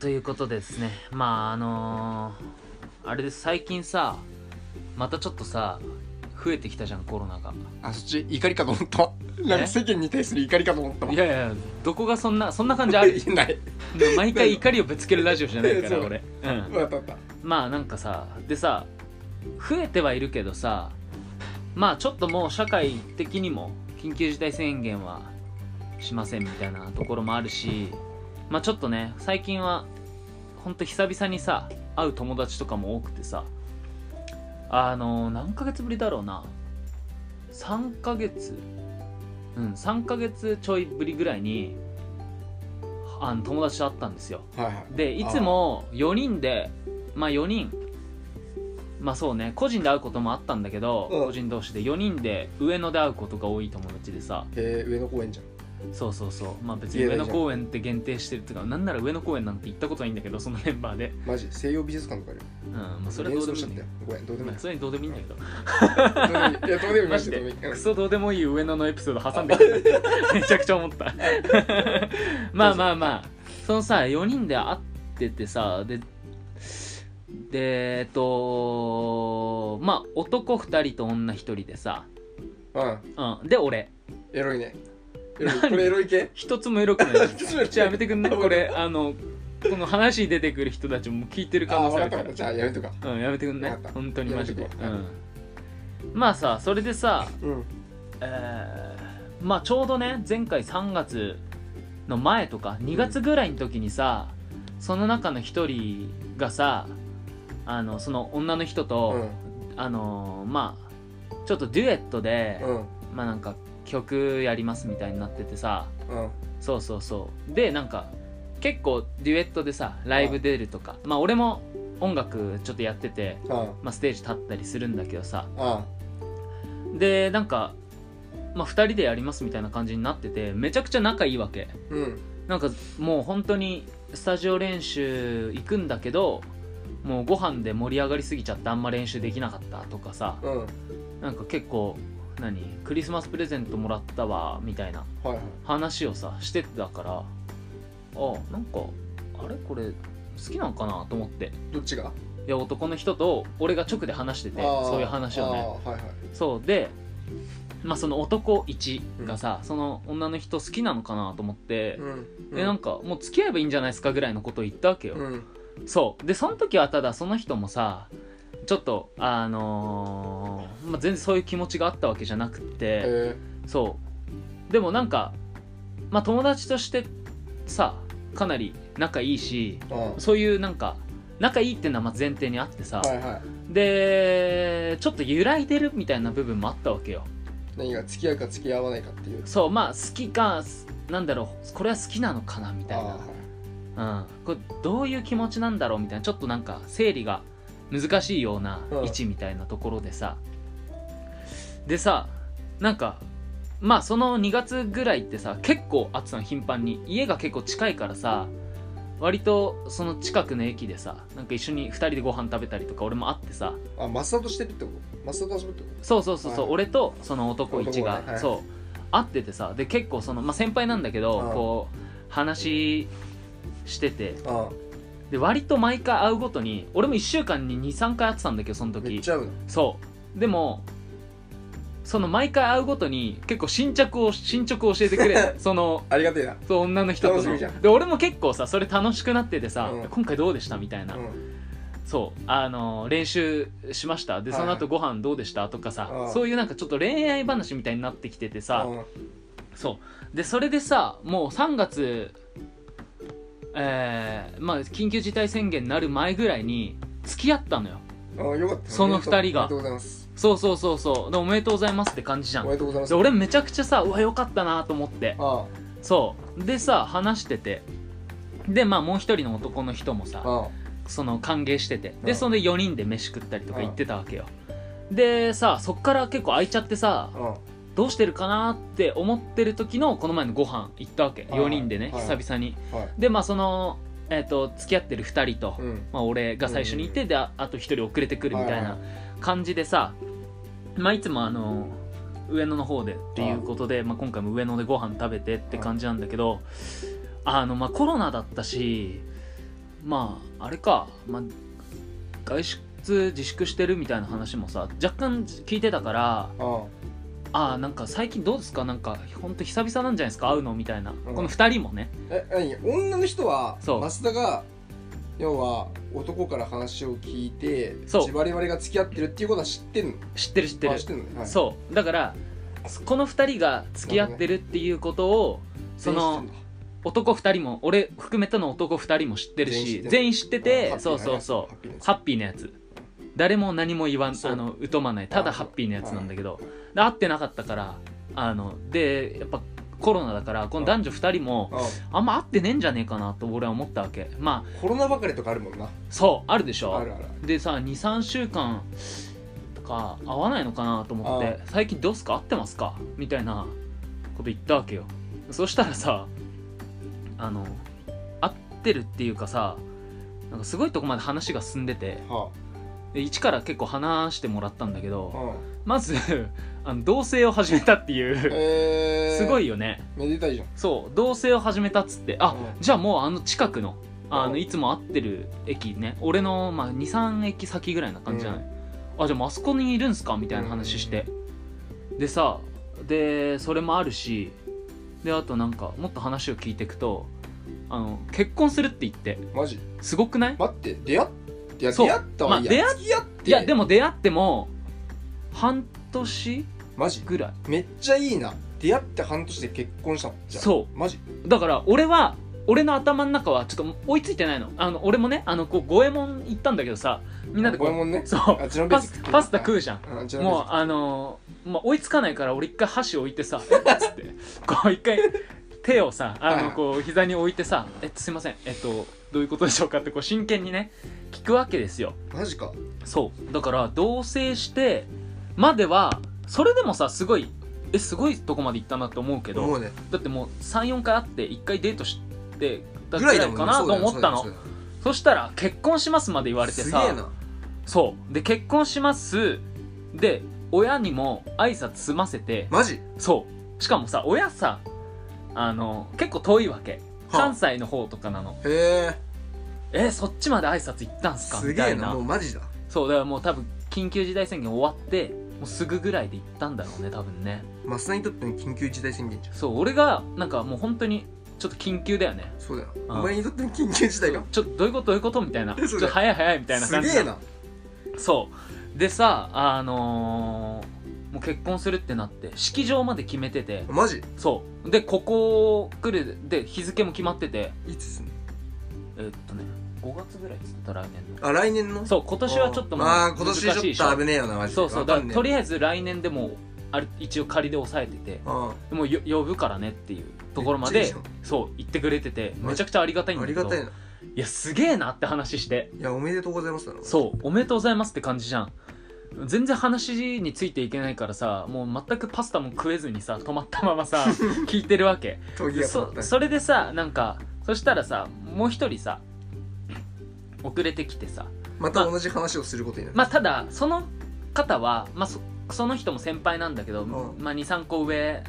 ということでですねまああのーあれです最近さまたちょっとさ増えてきたじゃんコロナがあそっち怒りかと思ったわなんか世間に対する怒りかと思ったわいやいやどこがそんなそんな感じあ る ないでも毎回怒りをぶつけるラジオじゃないかそらう俺、うん、わかったわかっまあなんかさでさ増えてはいるけどさまあちょっともう社会的にも緊急事態宣言はしませんみたいなところもあるしまあちょっとね最近はほんと久々にさ会う友達とかも多くてさあの何ヶ月ぶりだろうな3ヶ月うん3ヶ月ちょいぶりぐらいにあの友達と会ったんですよたはいはいでいつも4人でまあ4人まあそうね個人で会うこともあったんだけど、うん個人同士で4人で上野で会うことが多い友達でさへえ上野公園じゃんそうそうそうまあ別に言え上ばいいじゃ野ん公園って限定してるっていうかなんなら上野公園なんて行ったことないんだけどそのメンバーでマジ西洋美術館とかあるようんまあそれはど連うで想もいしいちゃっんだたよけごめんどどまあそうでもいいれどうでもいいんだけどどうでもいい いやどうでもいいママジジでどでうでもいいうんクソどうでもいい上野のエピソード挟んでくる めちゃくちゃ思ったまあまあまあそのさ4人で会っててさででえっとまあ男2人と女1人でさ、うんうん、で俺エロいねエロいこれエロい系一つもエロくないちょっと待ってじゃあやめてく んねこれあのこの話に出てくる人たちも聞いてる可あ能性分あかるかった分からったじゃあやめとくかうんやめてくんねわかった本当にマジでやめとうこうんまあさそれでさうんえーまあちょうどね前回3月の前とか2月ぐらいの時にさその中の一人がさあのその女の人うと、んあのーまあちょっとデュエットで、うんまあなんか曲やりますみたいになっててさうんそうそうそうでなんか結構デュエットでさライブ出るとか、まあ俺も音楽ちょっとやってて、うんまあ、ステージ立ったりするんだけどさあでなんか、まあ、2人でやりますみたいな感じになっててめちゃくちゃ仲いいわけうんなんかもう本当にスタジオ練習行くんだけどもうご飯で盛り上がりすぎちゃってあんま練習できなかったとかさうんはいなんか結構何クリスマスプレゼントもらったわみたいなはい話をさしてたからあなんかあれこれ好きなんかなと思ってどっちがいや男の人と俺が直で話しててあーそういう話をねあーはいはいそうで、まあ、その男1がさ、その女の人好きなのかなと思って、うんでなんかもう付き合えばいいんじゃないですかぐらいのことを言ったわけよ、うんそうでその時はただその人もさちょっとあのーまあ、全然そういう気持ちがあったわけじゃなくて、えそうでもなんか、まあ、友達としてさかなり仲いいしーうんそういうなんか仲いいっていうのはまあ前提にあってさ、はいはいでちょっと揺らいでるみたいな部分もあったわけよ何が付き合うか付き合わないかっていうそうまあ好きかすなんだろうこれは好きなのかなみたいあーはいな、うん、これどういう気持ちなんだろうみたいなちょっとなんか整理が難しいようなうん位置みたいなところでさ、でさなんかまあその2月ぐらいってさ結構あってたの頻繁に家が結構近いからさ割とその近くの駅でさなんか一緒に2人でご飯食べたりとか俺もあってさあマスターとしてるってことマスターと遊ぶってこそうそうそうそう、はい俺とその男一が、男がねはいそう会っててさで結構その、まあ、先輩なんだけど、うんこう話しててとあで割と毎回会うごとに俺も1週間に23回会ってたんだけどそのあめっ時ちゃ合うのそうでもその毎回会うごとに結構新着を進捗を教えてく れそのありがてえなそう女の人と楽しのみじゃんで俺も結構さそれ楽しくなっててさ、うん今回どうでしたみたいな、うんそうあの練習しましたではいそはいの後ご飯どうでしたとかさ、うんそういうなんかちょっと恋愛話みたいになってきててさ、うんそうでそれでさもう3月えーまあ緊急事態宣言になる前ぐらいに付き合ったのよあよかったその二人がおめでとうございますそうそうそうそうでおめでとうございますって感じじゃおんめでとうございますで俺めちゃくちゃさうわよかったなと思ってあそうでさ話しててでまあもう一人の男の人もさああその歓迎しててうでんそれで4人で飯食ったりとか行ってたわけよでさそっから結構空いちゃってさあうんどうしてるかなって思ってる時のこの前のご飯行ったわけはい4人でねはい久々にはいでまあそのえっと付き合ってる2人とうんまあ俺が最初にいてでああと1人遅れてくるみたいはな感じでさまあいつもあの上野の方でっていうことでまあ今回も上野でご飯食べてって感じなんだけどあのまあコロナだったしまああれか、まあ、外出自粛してるみたいな話もさ若干聞いてたからあああなんか最近どうですかなんかほんと久々なんじゃないですか会うのみたいな、んこの2人もねえ何女の人はそう増田が要は男から話を聞いてそう自我々が付き合ってるっていうことは知ってんの知ってる知ってるあ知ってんのね、はい、うそうだからこの2人が付き合ってるっていうことをその男2人も俺含めての男2人も知ってるし全全員知っててそうそうそうハッピーなやつ誰も何も言わんそうあの疎まないただハッピーなやつなんだけどで会ってなかったからあのでやっぱコロナだからこの男女2人もあんま会ってねえんじゃねえかなと俺は思ったわけまあコロナばかりとかあるもんなそうあるでしょあるあるあるでさ23週間とか会わないのかなと思って「最近どうすか会ってますか?」みたいなこと言ったわけよそしたらさあの会ってるっていうかさなんかすごいとこまで話が進んでてはで一から結構話してもらったんだけあ、どうん、まずあの同棲を始めたっていうえー、すごいよねめでたいじゃんそう同棲を始めたっつってあうんじゃあもうあの近くのあうのんいつも会ってる駅ね俺の、まあ、23駅先ぐらいな感じじゃない、あじゃあもうあそこにいるんすかみたいな話して、でさでそれもあるしであとなんかもっと話を聞いていくとあの結婚するって言ってマジすごくない待って出会っていやそう出会ったはいいや、まあ付き合っていやでも出会っても半年マジぐらいめっちゃいいな出会って半年で結婚したのじゃあそうマジだから俺は俺の頭の中はちょっと追いついてないのあの俺もねあのこう五右衛門行ったんだけどさみんなでここれうもんねそうあジェノベーパゼス食ってパスタ食うじゃんうんジェノベーゼもうあのーまあ、追いつかないから俺一回箸置いてさ「えっ?」つって こう一回手をさあはいはのいこう膝に置いてさ「えっとすいませんえっとどういうことでしょうか?」ってこう真剣にね聞くわけですよマジかそうだから同棲してまではそれでもさすごいえすごいとこまで行ったなって思うけどもうねだってもう34回会って1回デートしてたぐぐららいいだもんかなと思ったそうのだよそしたら「結婚します」まで言われてそうださよすげえなそうで結婚しますで親にも挨拶済ませて、マジそうしかもさ親さあの結構遠いわけはあ関西の方とかなのへええそっちまで挨拶行ったんすかすみげたえいななもうマジだそうだからもう多分緊急事態宣言終わってもうすぐぐらいで行ったんだろうね多分ねマスダにとっての緊急事態宣言じゃんそう俺がなんかもう本当にちょっと緊急だよねそうだよああお前にとっての緊急事態がちょっとどういうことどういうことみたいなそちょれっと早い早いみたいなす感じげえなそうでさあのーもう結婚するってなって式場まで決めててマジそうでここ来るで日付も決まってていつすんのえっとね5月ぐらいっつった来年のあ来年のうそう今年はちょっともうああ難ー今年しいでしちょっと危ねえよなマジでそうそうだからとりああえず来年でもあれ一応仮で抑えててえもうよ呼ぶからねっていうところまめっでちゃいいじそう言ってくれててめちゃくちゃありがたいんあだりけがどたいいなやすげえなって話していやおめでとうございますだろそうおめでとうございますって感じじゃん全然話についていけないからさもう全くパスタも食えずにさ止まったまま さ聞いてるわけ闘技でがそ止まったそれでさなんかそしたらさもう一人さ遅れてきてさまた同じ話をすることになるまあただその方は、まあ、そその人も先輩なんだけど、んまあ、23個上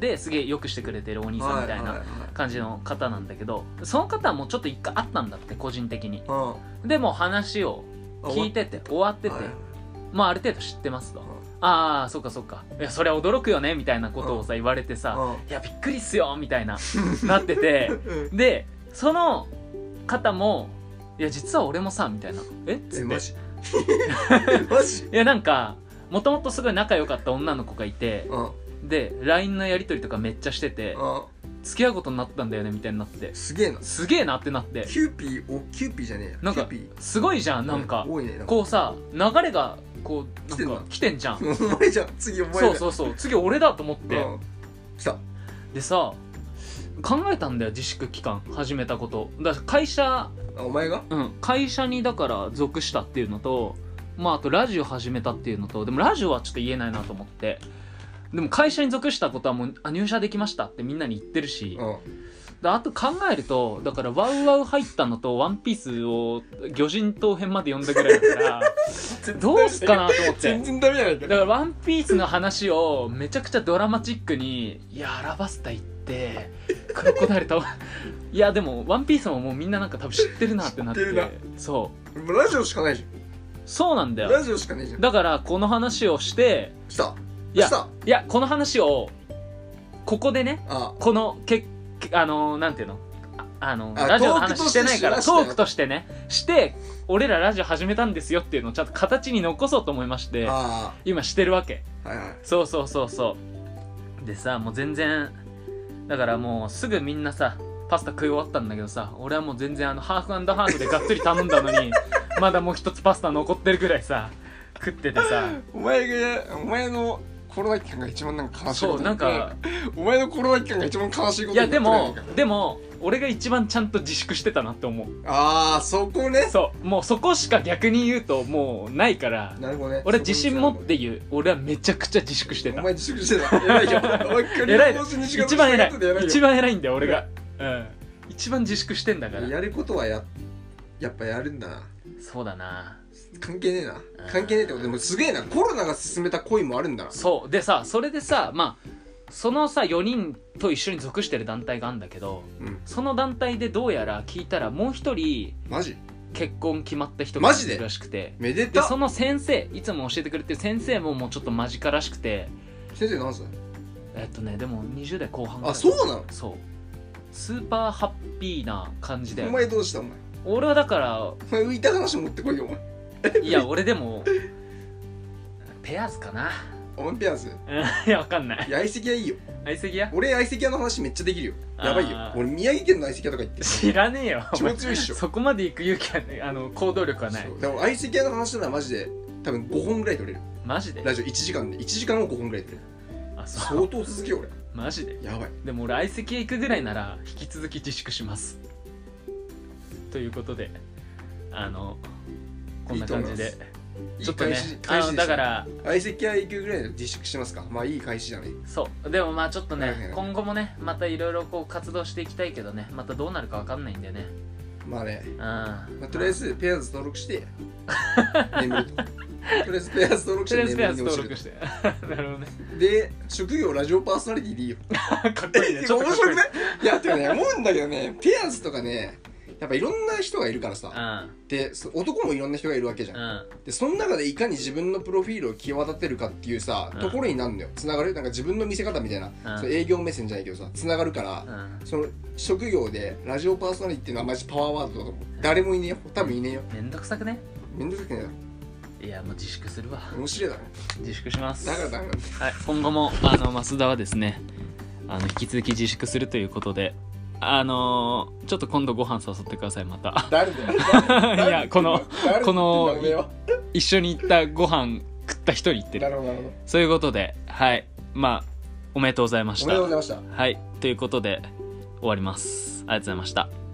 ですげえよくしてくれてるお兄さんみたいはなはは感じの方なんだけどその方はもうちょっと一回あったんだって個人的にあでもう話をあ聞いてて終わってて、はいまあある程度知ってますと、んああそっかそっかいやそれは驚くよねみたいなことをさ言われてさ、あいやびっくりっすよみた いななっててうんでその方も「いや実は俺もさ」みたいな「えっ?」つえってマジ マジいやなんかもともとすごい仲良かった女の子がいてあで LINE のやり取りとかめっちゃしててあ付き合うことになったんだよねみたいになってすげえなすげえなってなってキューピーおキューピーじゃねえやなんかキューピすごいじゃんーなんか多いねなんかこうさ流れがこう来てんなんなか来てんじゃんお前じゃん次お前だそうそうそう次俺だと思ってうん来たでさ考えたんだよ自粛期間始めたことだから会社あお前がうん会社にだから属したっていうのとまああとラジオ始めたっていうのとでもラジオはちょっと言えないなと思ってでも会社に属したことはもうあ入社できましたってみんなに言ってるしうんであと考えるとだからワウワウ入ったのとワンピースを魚人島編まで読んだぐらいだ からどうすっかなと思って全然ダメじゃないだかから「ワンピースの話をめちゃくちゃドラマチックに「いやアラバスタ行ってかっこだれたわ いやでも「ワンピースももうみんななんか多分知ってるなってなって知ってるなそうもうラジオしかないじそうなんだゃんラよジオしかないじゃんだからこの話をしてしたいやしたいやこの話をここでねあこのけけあのなんていうのああのあラジオのトークと話ししててないからしましたトよークとしてねして俺らラジオ始めたんですよっていうのをちゃんと形に残そうと思いましてあ今してるわけあはいはいそうそうそうそうでさもう全然だからもうすぐみんなさパスタ食い終わったんだけどさ俺はもう全然あのハーフハーフでがっつり頼んだのに まだもう一つパスタ残ってるぐらいさ食っててさお前がお前のコロナ期間が一番なんか悲しそいことうになんかお前のコロナ期間が一番悲しいいことにやなっでてるやないもかでも俺が一番ちゃんと自粛してたなって思うああそこねそうもうそこしか逆に言うともうないからなるほどね俺自信持って言う俺はめちゃくちゃ自粛しておた前自粛してた偉いよお前クリ偉いーしに仕事一番偉いしてるやつで偉いよ一番偉いんだよ俺がうん一番自粛してんだからやることはややっぱやるんだなそうだな関係ねえな関係ねえってことでもすげえなコロナが進めた恋もあるんだなそうでさそれでさまあそのさ4人と一緒に属してる団体があるんだけどうんその団体でどうやら聞いたらもう一人マジ結婚決まった人マがジでいるらしくてめででたその先生いつも教えてくれてる先生ももうちょっと間近らしくて先生何歳えっとねでも20代後半ぐらいあそうなのそうスーパーハッピーな感じでお前どうしたお前俺はだかお前浮いた話持ってこいよお前らいや俺でもペアーズか なお前ピアスうんいやわかんないいや相席屋いいよ相席屋俺相席屋の話めっちゃできるよやばいよあー俺宮城県の相席屋とか行って知らねえよ お前超強いっしょそこまで行く勇気はねあの行動力はないそうでも相席屋の話ならマジで多分5本ぐらい取れるマジでラジオ1時間で1時間を5本ぐらい取れるあそう相当続けよ 俺マジでやばいでも俺相席屋行くぐらいなら引き続き自粛しますということであのこんな感じいいでといちょいっとね開始あ開始のでだしかたら相席屋行くぐらいで自粛してますかまあいい開始じゃないそうでもまあちょっとはいはいはねい今後もねまたいろいろこう活動していきたいけどねまたどうなるかわかんないんでねまあねうん、まあ、とりあえずペアーズ登録して 眠るととりあえずペアーズ登録しとりあえてずペ眠アーりズに登落ちる録して なるほど ねで職業ラジオパーソナリティでいいよかっこいいね 面ちょっとかっ白こいくいないいやってかね思うんだけどねペアーズとかねやっぱいろんな人がいるからうさんでそ男もいろんな人がいるわけじゃんうんでその中でいかに自分のプロフィールを際立てるかっていうさ、うんところになるのよつながるなんか自分の見せ方みたいな、うんその営業目線じゃないけどさつながるから、うんその職業でラジオパーソナリティっていうのはマジパワーワードだと思う誰もいねえよ多分いねえよめんどくさくねめんどくさくねえだいやもう自粛するわろ面白いだろ自粛しますだからダメなんだはい、今後もあの増田はですねあの引き続き自粛するということであのーちょっと今度ご飯誘ってくださいま た誰 だよいやこのこの誰だよ一緒に行ったご飯食った人に言ってなるるほどなるほどそういうことではいまあおめでとうございましおためでとうございましたはいということで終わりますありがとうございました